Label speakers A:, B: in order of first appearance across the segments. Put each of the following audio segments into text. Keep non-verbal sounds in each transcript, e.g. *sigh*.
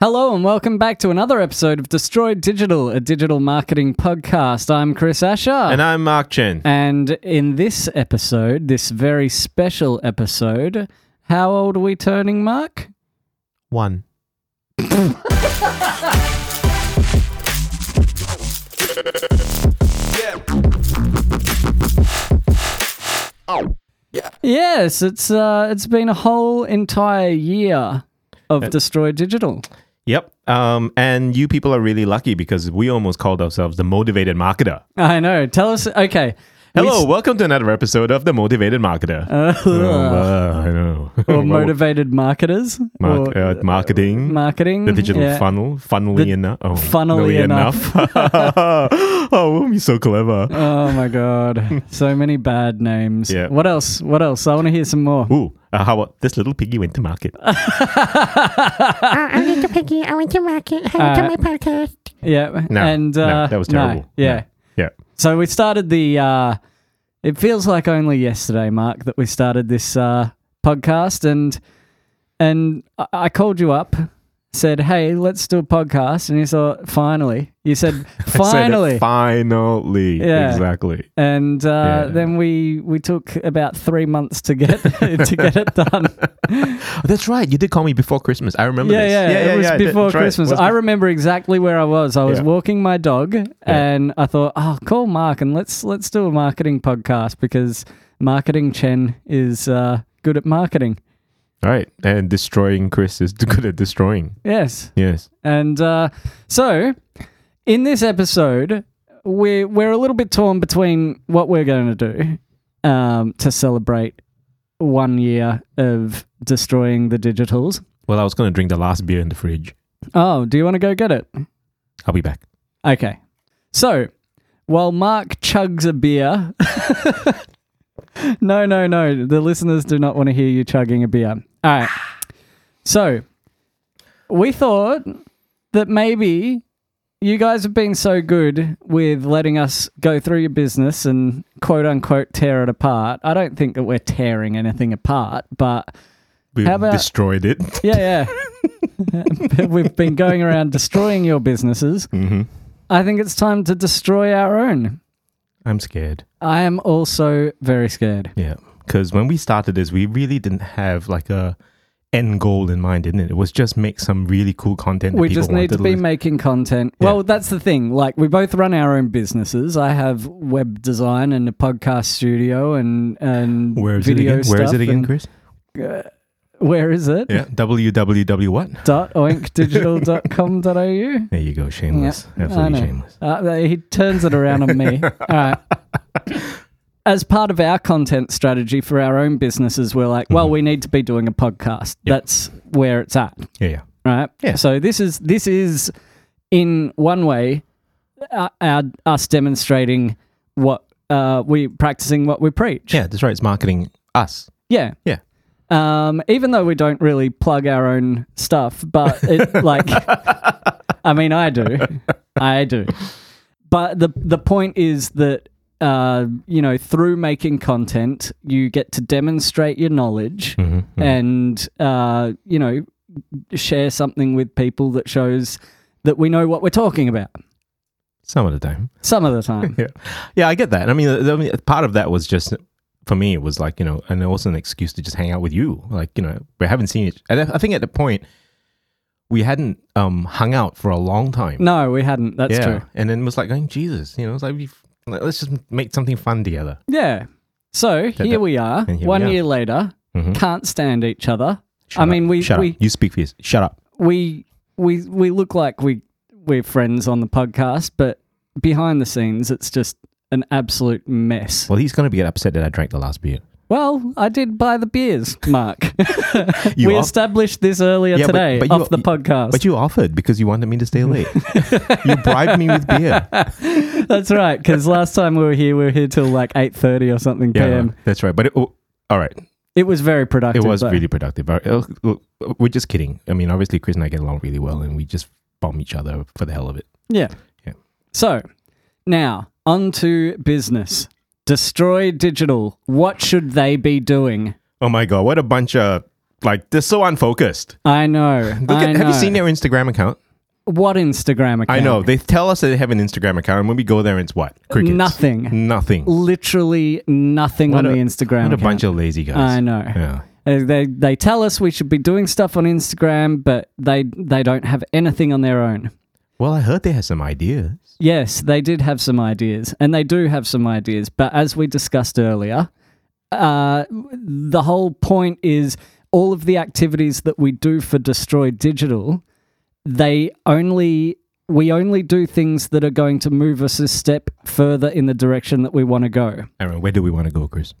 A: Hello and welcome back to another episode of Destroyed Digital, a digital marketing podcast. I'm Chris Asher.
B: And I'm Mark Chen.
A: And in this episode, this very special episode, how old are we turning, Mark?
B: One.
A: Yes, it's uh, it's been a whole entire year of Destroyed Digital.
B: Yep. Um, and you people are really lucky because we almost called ourselves the Motivated Marketer.
A: I know. Tell us.
B: *laughs*
A: Okay. We
B: Hello,
A: s-
B: welcome to another episode of the
A: *laughs*
B: Motivated Marketer. Um, uh, I know.
A: or motivated marketers.
B: Mark-
A: or
B: uh, marketing.
A: marketing.
B: the digital
A: yeah.
B: funnel. Funnily enough. Oh,
A: funnily
B: funnily enough. *laughs* oh, we'll be
A: *laughs*
B: so clever.
A: Oh my
B: *laughs*
A: god. so many bad names.
B: Yeah.
A: What else? What else? I want to hear some more.
B: Ooh, uh, how about this little piggy went to market?
A: Uh,
C: Uh, I went to Piggy. I went to Market. I went to
A: Uh,
C: my podcast.
A: Yeah.
B: No,
A: and
B: no,
A: uh,
B: that was
A: no,
B: terrible.
A: yeah.
B: No. Yeah.
A: So we started the. Uh, it feels like only yesterday, Mark, that we started this uh, podcast, and and I- I called you up, said, "Hey, let's do a podcast," and you thought, "Finally," you said,
B: *laughs* I said it,
A: "Finally."
B: finally.
A: Yeah.
B: Exactly.
A: and uh,
B: Yeah.
A: then we we took about three months to get *laughs* to get it done.
B: Oh, that's right. You did call me before Christmas. I remember
A: yeah,
B: this.
A: yeah, It was
B: that-
A: before
B: that's right.
A: Christmas.
B: Was
A: I remember exactly where I was. I was
B: Yeah.
A: walking my dog, and I thought, "Oh, call Mark and let's let's do a marketing podcast because marketing Chen is uh, good at marketing."
B: All right. And destroying Chris is *laughs* good at destroying.
A: Yes,
B: Yes.
A: and uh, so in this episode, we're we're a little bit torn between what we're going to do um, to celebrate one year of destroying the digitals.
B: Well, I was going to drink the last beer in the fridge.
A: Oh, do you want to go get it?
B: I'll be back.
A: Okay. So, while Mark chugs a beer. *laughs* no, no, no. The listeners do not want to hear you chugging a beer. All right. So, we thought that maybe you guys have been so good with letting us go through your business and quote unquote tear it apart. I don't think that we're tearing anything apart, but
B: We
A: How about-
B: destroyed it. *laughs*
A: yeah, yeah. We've been going around destroying your businesses.
B: mm-hmm.
A: I think it's time to destroy our own.
B: I'm scared.
A: I am also very scared.
B: Yeah. Because when we started this, we really didn't have like a end goal in mind, didn't it? It was just make some really cool content. That
A: We
B: people
A: just need
B: wanted
A: to be
B: listen-
A: making content.
B: Yeah.
A: Well, that's the thing. Like, we both run our own businesses. I have web design and a podcast studio and and
B: Where is it
A: video
B: again? Where is it
A: stuff
B: again,
A: and-
B: Chris?
A: Where is it?
B: Yeah. www what?
A: Dot
B: *laughs*
A: oinkdigital.com.au.
B: There you go. Shameless. Absolutely
A: I know.
B: shameless.
A: Uh, he turns it around on
B: *laughs*
A: me. All right. As part of our content strategy for our own businesses, we're like, well, we need to be doing a podcast.
B: Yep.
A: That's where it's at.
B: Yeah. Yeah.
A: right?
B: Yeah.
A: So this is this is in one way uh, our, us demonstrating what uh, we practicing what we preach.
B: Yeah. That's right. It's marketing us.
A: Yeah.
B: Yeah.
A: Um, even though we don't really plug our own stuff, but it,
B: *laughs*
A: like, I mean, I do, I do. But the the point is that uh, you know through making content, you get to demonstrate your knowledge
B: Mm-hmm.
A: and uh, you know share something with people that shows that we know what we're talking about
B: Some of the time.
A: some of the
B: *laughs*
A: time
B: yeah, yeah, I get that. I mean, I mean, part of that was just for me. It was like you know, and also an excuse to just hang out with you. Like you know, we haven't seen it. And I I think at the point we hadn't um hung out for a long time.
A: no we hadn't that's
B: yeah,
A: true
B: and then it was like going Jesus, you know, it's like we've, like, let's just make something fun together.
A: yeah so
B: that-
A: here we are
B: and here we
A: one
B: are.
A: year later
B: Mhm.
A: can't stand each other
B: Shut
A: i
B: up.
A: mean we
B: shut
A: we,
B: up. You speak for yours. Shut up.
A: we we we look like we we're friends on the podcast but behind the scenes it's just an absolute mess
B: Well, he's gonna be upset that I drank the last beer.
A: well i did buy the beers mark
B: *laughs*
A: *laughs*
B: You
A: we
B: are-
A: established this earlier
B: Yeah, but-
A: today
B: but you-
A: off the podcast
B: But you offered because you wanted me to stay late.
A: *laughs*
B: you bribed me with beer.
A: That's right. Because last time we were here, we were here till like eight thirty or something p.m.
B: that's right. But it, oh, all right.
A: It was very productive.
B: It was
A: though.
B: really productive. I- uh, look, We're just kidding. I mean, obviously, Chris and I get along really well, and we just bomb each other for the hell of it.
A: yeah.
B: Yeah.
A: So now on to business. Destroy digital. What should they be doing?
B: Oh my god, what a bunch of like they're so unfocused.
A: I know.
B: *laughs* Look
A: I
B: at, have
A: know.
B: you seen their Instagram account?
A: what Instagram account?
B: I know they tell us that they have an Instagram account, and when we go there, it's what crickets,
A: Nothing.
B: nothing.
A: Literally nothing on
B: What a-
A: the Instagram.
B: What a
A: account.
B: bunch of lazy guys.
A: I know.
B: Yeah.
A: Uh, They they tell us we should be doing stuff on Instagram, but they they don't have anything on their own.
B: Well, I heard they have some ideas.
A: Yes, they did have some ideas, and they do have some ideas. But as we discussed earlier, uh, the whole point is all of the activities that we do for Destroy Digital, they only we only do things that are going to move us a step further in the direction that we want to go.
B: Aaron, where do we want to go, Chris?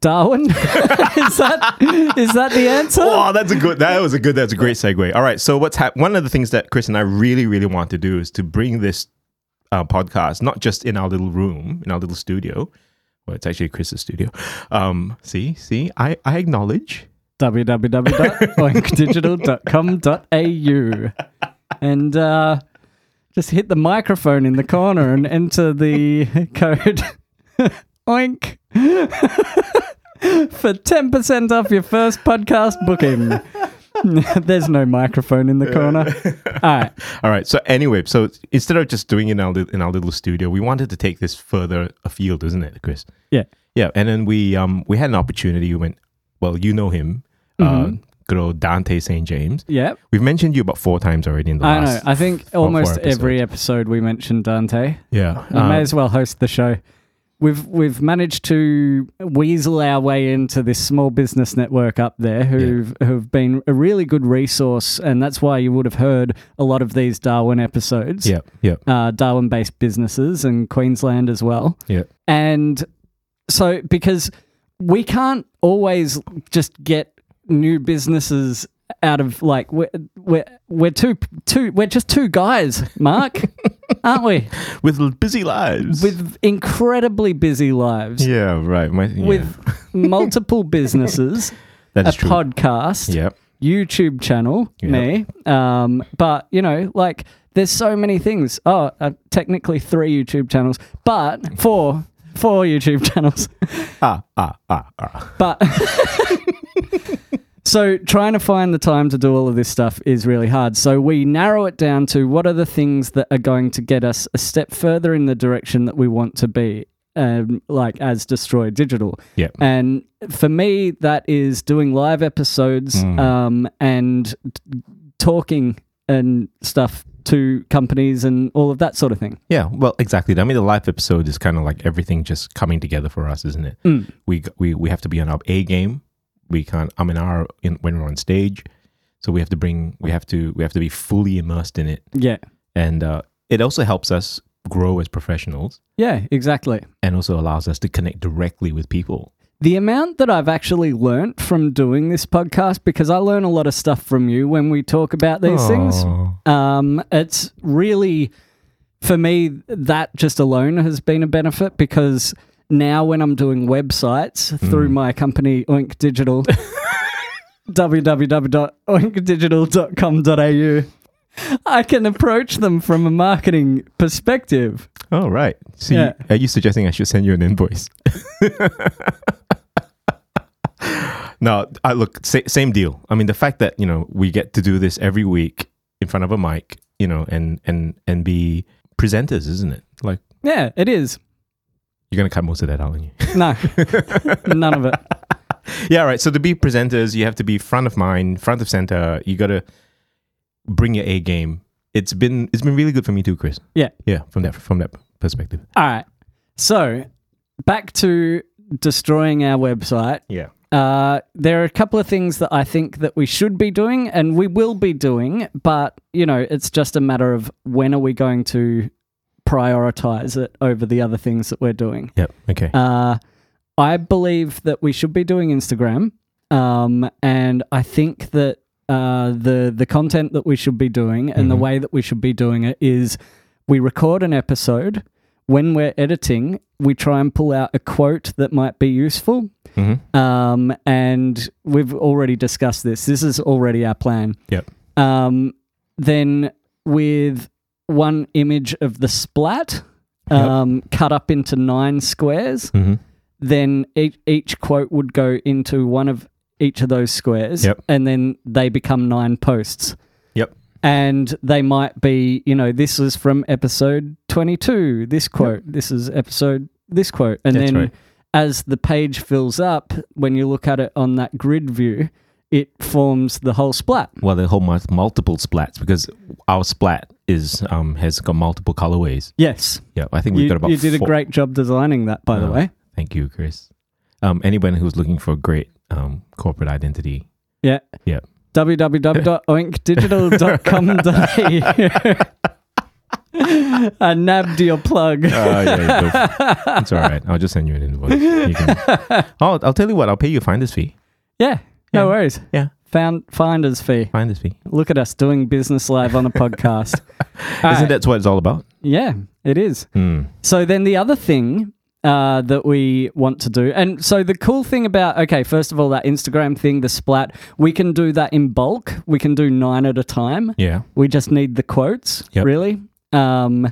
A: Darwin, *laughs* is that is that the answer?
B: Oh, that's a good. That was a good. That's a great segue. All right. So what's hap- one of the things that Chris and I really, really want to do is to bring this uh, podcast not just in our little room, in our little studio. Well, it's actually Chris's studio. Um, see, see, I, I acknowledge.
A: www.oinkdigital.com.au and uh, just hit the microphone in the corner and enter the *laughs* code oink *laughs* for 10% off your first podcast booking. *laughs* There's no microphone in the corner. All right.
B: All right. So anyway, so instead of just doing it in our lit- in our little studio, we wanted to take this further afield, isn't it, Chris?
A: Yeah.
B: Yeah, and then we um we had an opportunity. We went, well, you know him,
A: Mm-hmm.
B: uh, good old Dante St. James.
A: Yep.
B: We've mentioned you about four times already in the
A: I know.
B: last.
A: I think
B: four
A: almost every episode we mentioned Dante.
B: Yeah,
A: We may
B: um,
A: as well host the show. We've we've managed to weasel our way into this small business network up there, who've who've been a really good resource, and that's why you would have heard a lot of these Darwin episodes.
B: yeah, yeah,
A: Uh, Darwin-based businesses and Queensland as well.
B: yeah.
A: And so, because we can't always just get new businesses out of like we're we're, we're two two we're just two guys,
B: *laughs*
A: Mark, aren't we?
B: With l- busy lives.
A: with incredibly busy lives,
B: yeah, right. My, yeah, *laughs*
A: with multiple businesses,
B: that
A: a
B: is true.
A: podcast,
B: yeah,
A: YouTube channel,
B: Yeah.
A: me. Um, but you know, like there's so many things. Oh, uh, technically three YouTube channels, but four, four YouTube *laughs* channels.
B: ah, ah, ah, ah.
A: But *laughs* so trying to find the time to do all of this stuff is really hard. So we narrow it down to what are the things that are going to get us a step further in the direction that we want to be, um, like as Destroy Digital.
B: Yeah.
A: And for me, that is doing live episodes um, and t- talking and stuff to companies and all of that sort of thing.
B: Yeah, well, exactly. I mean, the live episode is kind of like everything just coming together for us, isn't it?
A: Mm.
B: We g- we we have to be on our A game. We can't. I mean, our in, when we're on stage, so we have to bring. We have to. We have to be fully immersed in it,
A: Yeah.
B: and uh, it also helps us grow as professionals,
A: Yeah, exactly.
B: and also allows us to connect directly with people.
A: The amount that I've actually learnt from doing this podcast, because I learn a lot of stuff from you when we talk about these things.
B: Aw.
A: Um, it's really, for me, that just alone has been a benefit because now when I'm doing websites through my company, Oink Digital, *laughs* www.oinkdigital.com.au, I can approach them from a marketing perspective.
B: Oh, right. So,
A: Yeah.
B: you, are you suggesting I should send you an invoice? *laughs* no, I look, sa- same deal. I mean, the fact that you know we get to do this every week in front of a mic, you know, and and and be presenters, isn't it? Like
A: Yeah, it is.
B: you're gonna cut most of that out, aren't you? *laughs*
A: No, none of it.
B: yeah, right. So to be presenters, you have to be front of mind, front of center. You got to bring your A game. It's been it's been really good for me too, Chris.
A: Yeah.
B: yeah. From that from that perspective.
A: All right. So back to destroying our website.
B: Yeah.
A: Uh, there are a couple of things that I think that we should be doing and we will be doing, but you know, it's just a matter of when are we going to prioritize it over the other things that we're doing.
B: Yep. Okay.
A: Uh, I believe that we should be doing Instagram, um, and I think that uh, the the content that we should be doing and the
B: Mhm.
A: way that we should be doing it is we record an episode. When we're editing, we try and pull out a quote that might be useful.
B: hmm
A: Um, and we've already discussed this. This is already our plan.
B: Yep.
A: Um, then with one image of the splat
B: Yep.
A: um, cut up into nine squares,
B: hmm
A: e-, then each, each quote would go into one of each of those squares,
B: Yep.
A: and then they become nine posts.
B: Yep.
A: And they might be, you know, this is from episode 22, this quote, this is episode, this quote. And
B: That's
A: then
B: right.
A: as the page fills up, when you look at it on that grid view, it forms the whole splat.
B: Well, the whole mul- multiple splats because our splat is um has got multiple colorways.
A: Yes.
B: Yeah, I think we've
A: You,
B: got about.
A: you did a
B: four-
A: great job designing that, by the
B: Oh.
A: way.
B: Thank you, Chris. Um, anyone who's looking for a great um corporate identity, *laughs*
A: Yeah.
B: Yeah.
A: www.oinkdigital.com.au. *laughs* I nabbed your plug.
B: Uh, yeah, you go- *laughs* it's all right. I'll just send you an invoice.
A: *laughs*
B: You can- I'll, I'll tell you what. I'll pay you a finder's fee.
A: Yeah, no
B: Yeah.
A: worries.
B: Yeah.
A: Found finder's fee.
B: Finder's fee.
A: Look at us doing business live on a podcast. All
B: *laughs* Isn't
A: right.
B: that what it's all about?
A: Yeah, it is.
B: Hmm.
A: So then the other thing uh, that we want to do, and so the cool thing about, okay, first of all, that Instagram thing, the splat, we can do that in bulk. We can do nine at a time.
B: Yeah.
A: We just need the quotes,
B: Yep.
A: really. Um,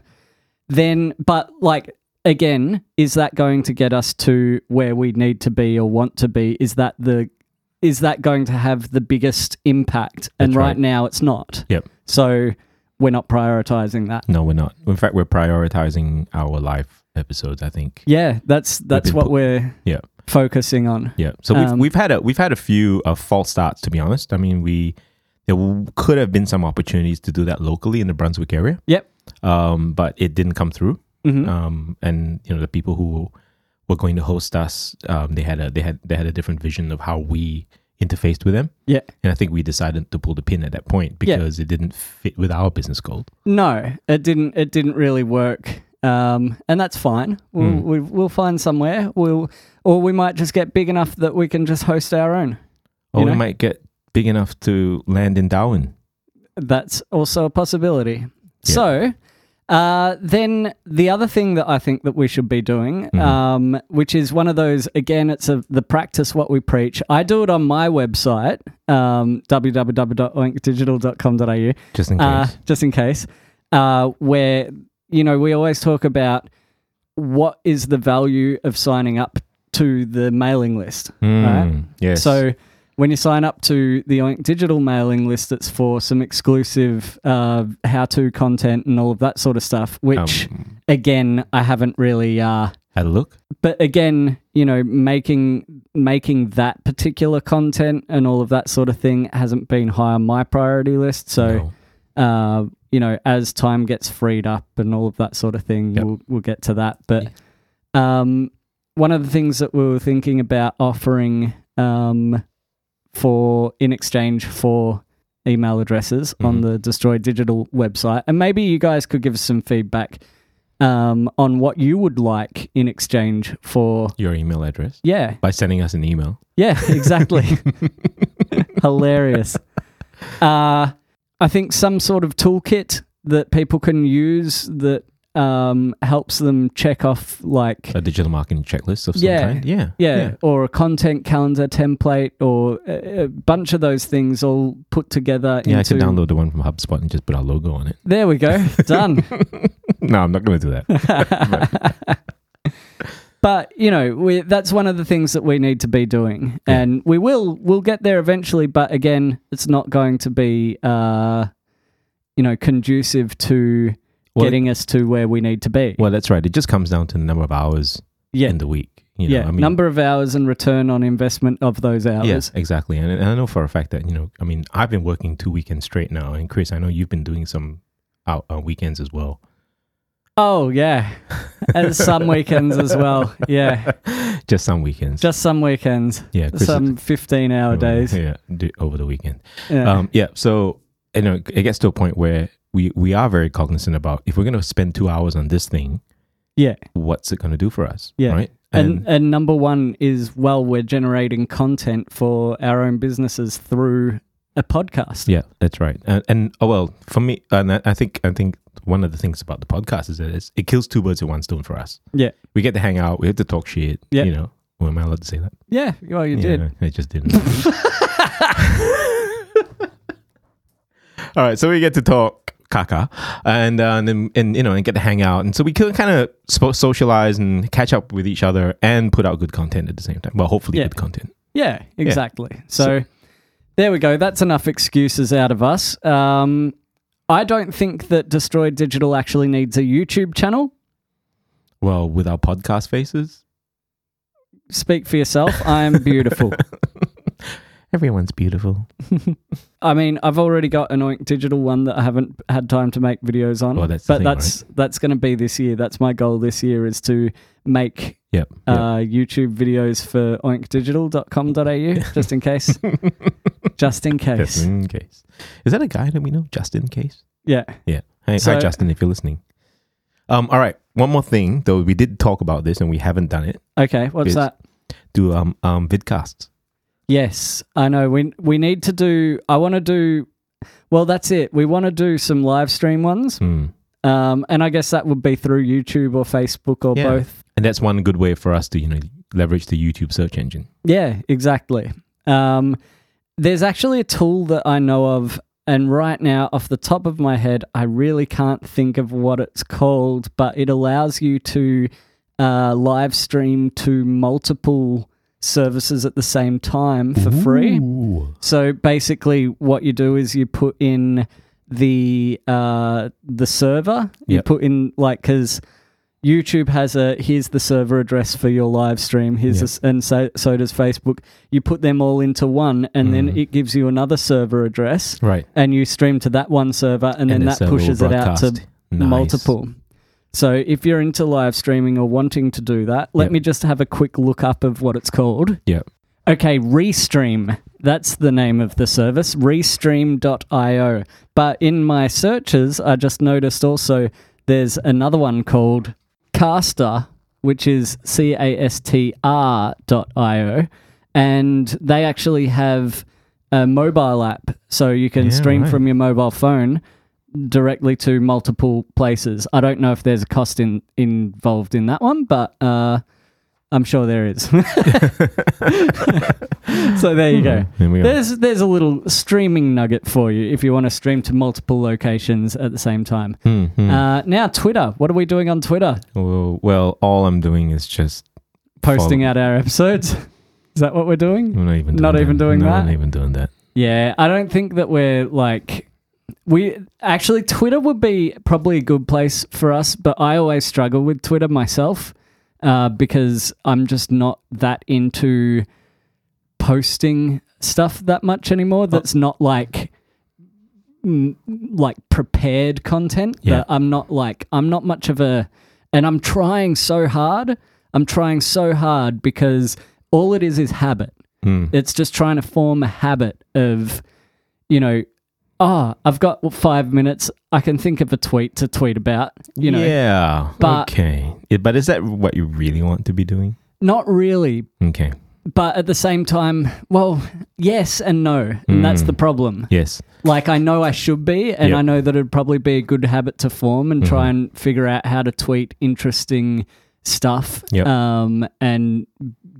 A: then, but like, again, is that going to get us to where we need to be or want to be? Is that the is that going to have the biggest impact? And
B: That's
A: right,
B: right.
A: now, it's not.
B: Yep.
A: So we're not prioritizing that.
B: No, we're not. In fact, we're prioritizing our live episodes. I think.
A: Yeah, that's that's
B: been
A: what
B: put-
A: we're
B: Yeah.
A: focusing on.
B: Yeah. So we've
A: Um,
B: we've had a we've had a few uh, false starts to be honest. I mean, we there w- could have been some opportunities to do that locally in the Brunswick area.
A: Yep.
B: Um, but it didn't come through.
A: Mhm.
B: Um, and you know the people who were going to host us, um, they had a they had they had a different vision of how we interfaced with them.
A: Yeah.
B: And I think we decided to pull the pin at that point
A: Yeah.
B: because it didn't fit with our business goal.
A: No, it didn't. It didn't really work, um, and that's fine. We'll,
B: Mm.
A: we, we'll find somewhere. We'll, or we might just get big enough that we can just host our own.
B: Or
A: You
B: we
A: know?
B: might get big enough to land in Darwin.
A: That's also a possibility.
B: Yeah.
A: So. Uh, then the other thing that I think that we should be doing,
B: Mhm.
A: um, which is one of those again, it's a, the practice what we preach. I do it on my website, um, www.oinkdigital.com.au.
B: Just in case.
A: uh, just in case, uh, where you know we always talk about what is the value of signing up to the mailing list.
B: Mm, Yes.
A: So when you sign up to the Oink digital mailing list, it's for some exclusive uh, how-to content and all of that sort of stuff. Which
B: um,
A: again, I haven't really. Uh,
B: had a look.
A: but again, you know, making making that particular content and all of that sort of thing hasn't been high on my priority list. So
B: No.
A: uh, you know, as time gets freed up and all of that sort of thing,
B: Yep.
A: we'll, we'll get to that. But um, one of the things that we were thinking about offering um, for in exchange for email addresses on
B: Mhm.
A: the Destroy Digital website, and maybe you guys could give us some feedback um, on what you would like in exchange for.
B: your email address
A: Yeah,
B: by sending us an email.
A: yeah, *laughs*
B: *laughs*
A: exactly. Hilarious. Uh, I think some sort of toolkit that people can use that um, helps them check off, like,
B: A digital marketing checklist of some
A: Yeah.
B: kind. Yeah.
A: yeah, or a content calendar template or a, a bunch of those things all put together.
B: Yeah, I
A: into,
B: could download the one from HubSpot and just put our logo on it.
A: There we
B: *laughs*
A: go. Done.
B: no, I'm not going to
A: *laughs*
B: do that.
A: but you know we, that's one of the things that we need to be doing
B: Yeah.
A: and we will we'll get there eventually but again it's not going to be uh you know conducive to
B: Well,
A: getting us to where we need to be
B: Well, that's right. It just comes down to the number of hours
A: yeah
B: in the week. You know,
A: yeah
B: I mean,
A: number of hours and return on investment of those hours
B: Yes, exactly. And, and I know for a fact that, you know, I mean, I've been working two weekends straight now. And Chris, I know you've been doing some out on weekends as well.
A: oh yeah
B: *laughs*
A: and some weekends as well yeah
B: Just some weekends.
A: just some weekends
B: yeah, Chris is-
A: some 15 hour days
B: *laughs* Yeah, do- over the weekend.
A: *laughs* yeah.
B: Um, yeah. So you know, it gets to a point where we we are very cognizant about if we're going to spend two hours on this thing,
A: yeah
B: what's it going to do for us?
A: Yeah.
B: Right.
A: And, and number one is well, we're generating content for our own businesses through a podcast.
B: yeah, that's right. And, and oh well, for me, and I I think I think one of the things about the podcast is that it's, it kills two birds with one stone for us.
A: Yeah.
B: We get to hang out. We get to talk shit.
A: Yeah.
B: You know. Well, am I allowed to say that?
A: Yeah, well, you
B: Yeah,
A: did.
B: no, I just didn't. *laughs* All right, so we get to talk caca, and uh, and then- and you know and get to hang out, and so we can kind of spo- socialize and catch up with each other and put out good content at the same time. Well, hopefully
A: Yeah.
B: good content.
A: Yeah, exactly. So, there we go. That's enough excuses out of us. Um, I don't think that Destroyed Digital actually needs a YouTube channel.
B: Well, with our podcast faces,
A: Speak for yourself. I *laughs* am beautiful.
B: everyone's beautiful.
A: I mean, I've already got an Oink Digital one that I haven't had time to make videos on.
B: Well, that's the
A: but
B: thing,
A: that's that's going to be this year. That's my goal this year is to make
B: Yep. yep.
A: uh, YouTube videos for
B: *laughs*
A: oinkdigital.com.au just in case. just in
B: Just
A: case.
B: in case. Is that a guy that we know? Just in case.
A: Yeah.
B: Yeah. Hey,
A: So-
B: hi, Justin, if you're listening. Um. All right. One more thing, though. We did talk about this, and we haven't done it.
A: Okay. What's
B: Yes.
A: that?
B: Do um um vidcasts.
A: Yes, I know. We we need to do. I want to do. Well, that's it. We want to do some live stream ones,
B: Hmm.
A: um, and I guess that would be through YouTube or Facebook or
B: Yeah.
A: both.
B: And that's one good way for us to you know leverage the YouTube search engine.
A: Yeah, exactly. Um, there's actually a tool that I know of, and right now, off the top of my head, I really can't think of what it's called, but it allows you to uh, live stream to multiple services at the same time for free.
B: Ooh.
A: So basically, what you do is you put in the uh, the server. You
B: Yep.
A: put in like because YouTube has a here's the server address for your live stream. Here's
B: Yep.
A: this, and so so does Facebook. You put them all into one, and then
B: Mm.
A: it gives you another server address,
B: Right.
A: and you stream to that one server, and, then
B: the
A: that
B: server will
A: pushes it out to
B: broadcast. Nice.
A: multiple. So if you're into live streaming or wanting to do that, let
B: Yep.
A: me just have a quick look up of what it's called.
B: Yep.
A: Okay, Restream. That's the name of the service, restream.io. But in my searches, I just noticed also there's another one called Caster, which is C A S T R dot I-O. And they actually have a mobile app. So you can
B: Yeah,
A: stream
B: right.
A: from your mobile phone directly to multiple places. I don't know if there's a cost in, involved in that one, but uh, I'm sure there is. *laughs* so there you go.
B: There we are.
A: There's there's a little streaming nugget for you if you want to stream to multiple locations at the same time.
B: Hmm, hmm.
A: Uh, now Twitter. What are we doing on Twitter?
B: Well, well, all I'm doing is just
A: Posting
B: Follow-
A: out our episodes. *laughs* Is that what we're doing?
B: I'm not even doing
A: Not
B: that.
A: even doing
B: No,
A: that?
B: Not even doing that.
A: Yeah, I don't think that we're like we actually Twitter would be probably a good place for us, but I always struggle with Twitter myself uh, because I'm just not that into posting stuff that much anymore. That's not like mm, like prepared content.
B: Yeah.
A: That I'm not like I'm not much of a, and I'm trying so hard. I'm trying so hard because all it is is habit.
B: Hmm.
A: It's just trying to form a habit of, you know, oh, I've got five minutes. I can think of a tweet to tweet about, you know.
B: yeah.
A: but-
B: okay. It- but is that what you really want to be doing?
A: Not really,
B: Okay.
A: but at the same time, well, yes and no. And that's the problem.
B: Yes.
A: Like, I know I should be, and
B: Mm. Yep. Mm-hmm.
A: I know that it'd probably be a good habit to form and try and figure out how to tweet interesting stuff
B: Yep.
A: um, and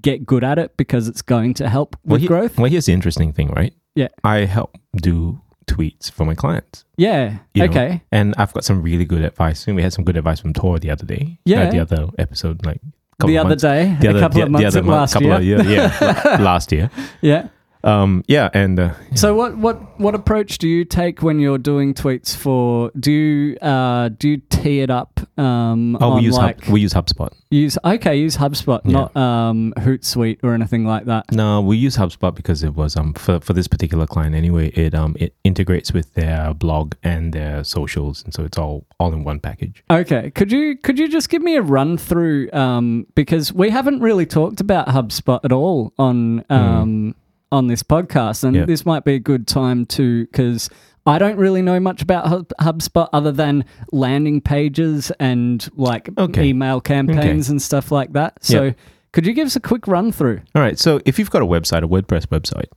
A: get good at it because it's going to help with
B: he-
A: growth.
B: Well, here's the interesting thing, right?
A: Yeah.
B: I help do tweets for my clients.
A: Yeah.
B: you know,
A: okay.
B: and I've got some really good advice. And we had some good advice from Tor the other day. Uh,
A: Yeah.
B: the other episode, like couple
A: The
B: of
A: other
B: months-
A: day,
B: The
A: a
B: other,
A: couple
B: the,
A: of months
B: the other
A: at
B: month-
A: last
B: couple
A: year.
B: of year, yeah,
A: *laughs*
B: la- last year.
A: yeah.
B: Um, yeah, and uh,
A: So what what what approach do you take when you're doing tweets for? Do you uh, do you tee it up? Um,
B: oh,
A: on
B: we use
A: like
B: Hub, we use HubSpot.
A: use okay use HubSpot,
B: Yeah.
A: not um, Hootsuite or anything like that.
B: No, we use HubSpot because it was um for, for this particular client anyway. It um it integrates with their blog and their socials, and so it's all all in one package.
A: Okay, could you could you just give me a run through um, because we haven't really talked about HubSpot at all on
B: Hmm.
A: um, on this podcast, and
B: Yep.
A: this might be a good time to because I don't really know much about Hub- HubSpot other than landing pages and like
B: Okay.
A: email campaigns and stuff like that. So.
B: Yep.
A: Could you give us a quick run through?
B: All right. So if you've got a website, a WordPress website,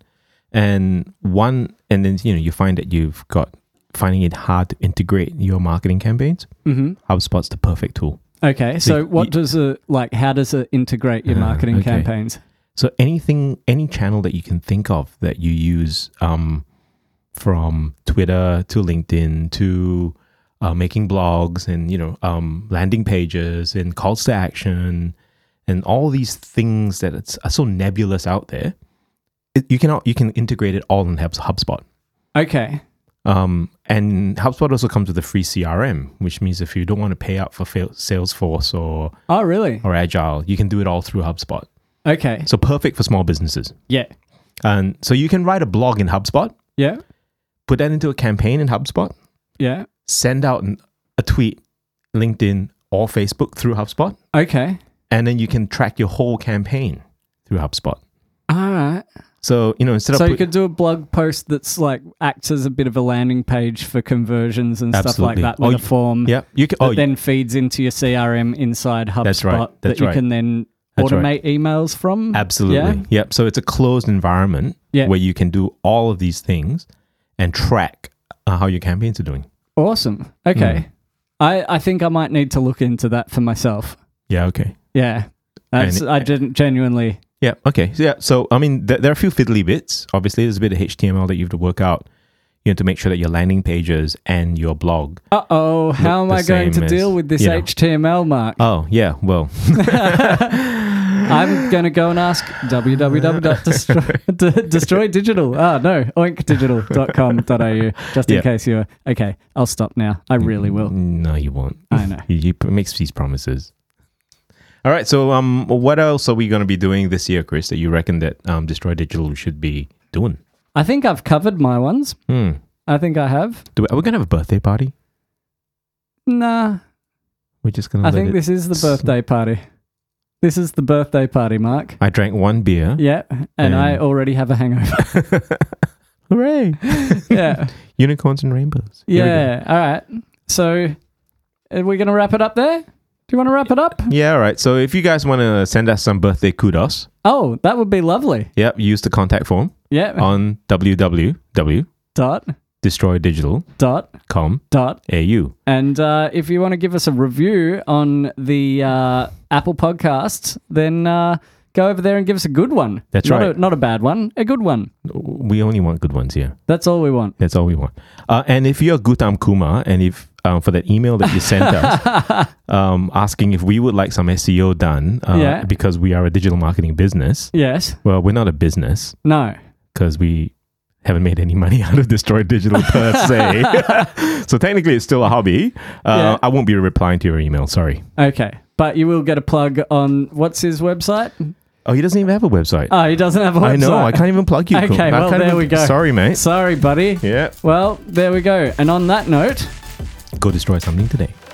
B: and one, and then you know you find that you've got finding it hard to integrate your marketing campaigns,
A: Mm-hmm.
B: HubSpot's the perfect tool.
A: Okay,
B: So
A: so
B: you-
A: what does it like? How does it integrate your
B: Ah,
A: marketing
B: okay.
A: campaigns?
B: So anything, any channel that you can think of that you use, um, from Twitter to LinkedIn to uh, making blogs and you know um, landing pages and calls to action and all these things that it's, are so nebulous out there, it, you cannot you can integrate it all in Hubs- HubSpot.
A: Okay.
B: Um, and HubSpot also comes with a free CRM, which means if you don't want to pay up for fail- Salesforce or
A: Oh, really?
B: or Agile, you can do it all through HubSpot.
A: Okay.
B: So perfect for small businesses.
A: Yeah.
B: And so you can write a blog in HubSpot,
A: Yeah.
B: put that into a campaign in HubSpot,
A: Yeah.
B: send out an- a tweet, LinkedIn or Facebook through HubSpot,
A: Okay.
B: and then you can track your whole campaign through HubSpot.
A: All right.
B: So you know instead
A: So
B: of
A: you could do a blog post that's like acts as a bit of a landing page for conversions and
B: Absolutely.
A: stuff like that
B: Oh,
A: with
B: you-
A: a form
B: yeah, you can
A: that
B: oh,
A: then feeds into your CRM inside HubSpot
B: That's right. That's
A: that you
B: right.
A: can then
B: That's
A: automate
B: right.
A: emails from.
B: Absolutely.
A: Yeah?
B: Yep. So it's a closed environment
A: Yeah.
B: where you can do all of these things and track uh, how your campaigns are doing.
A: Awesome.
B: Hmm.
A: Okay. I, I think I might need to look into that for myself.
B: Yeah. Okay.
A: Yeah. That's,
B: And-
A: I didn't genuinely.
B: Yeah. Okay. So, yeah. So I mean, th- there are a few fiddly bits. Obviously, there's a bit of HTML that you have to work out. You know, to make sure that your landing pages and your blog.
A: Uh oh, how am
B: the
A: I going
B: same
A: to
B: as,
A: deal with this
B: you know.
A: HTML mark?
B: Oh yeah. Well.
A: I'm going to go and
B: *laughs*
A: ask *laughs* www.destroydigital. Ah, no, oinkdigital.com.au, just in
B: Yeah.
A: case you're. Okay, I'll stop now. I really will.
B: mm, No, you won't.
A: I know.
B: *laughs* He, he pr- makes these promises. All right. So, um, what else are we going to be doing this year, Chris? That you reckon that um, Destroy Digital should be doing?
A: I think I've covered my ones.
B: Hmm.
A: I think I have.
B: Do we, are we going to have a birthday party?
A: Nah,
B: We're just going to.
A: I think this is the birthday party. This is the birthday party, Mark.
B: I drank one beer.
A: Yeah, and I
B: Um,
A: already have a
B: *laughs*
A: hangover. *laughs*
B: Hooray!
A: yeah.
B: Unicorns and rainbows. Here we go.
A: Yeah. All right. So, are we going to wrap it up there? Do you want to wrap it up?
B: Yeah. All right. So, if you guys want to send us some birthday kudos,
A: Oh, that would be lovely.
B: yep, use the contact form
A: Yeah.
B: on www.destroydigital.com.au.
A: dot, dot, dot. And uh, if you want to give us a review on the uh, Apple Podcasts, then uh, go over there and give us a good one.
B: That's
A: Not
B: right.
A: A, not a bad one, a good one.
B: We only want good ones here.
A: That's all we want.
B: That's all we want. Uh, and if you're Gutam Kumar, and if um, for that email that you sent us
A: *laughs*
B: um, asking if we would like some SEO done uh,
A: Yeah.
B: because we are a digital marketing business,
A: Yes.
B: well, we're not a business
A: No.
B: because we haven't made any money *laughs* out of Destroy Digital per
A: *laughs*
B: se. so technically, it's still a hobby. Uh,
A: Yeah.
B: I won't be replying to your email. Sorry.
A: Okay. But you will get a plug on what's his website?
B: Oh, he doesn't even have a website.
A: Oh, he doesn't have a website.
B: I know. I can't even plug you. Kum.
A: *laughs* Okay,
B: I
A: well,
B: can't
A: there
B: even-
A: we go.
B: Sorry, mate.
A: Sorry, buddy.
B: Yeah.
A: Well, there we go. And on that note,
B: Go destroy something today.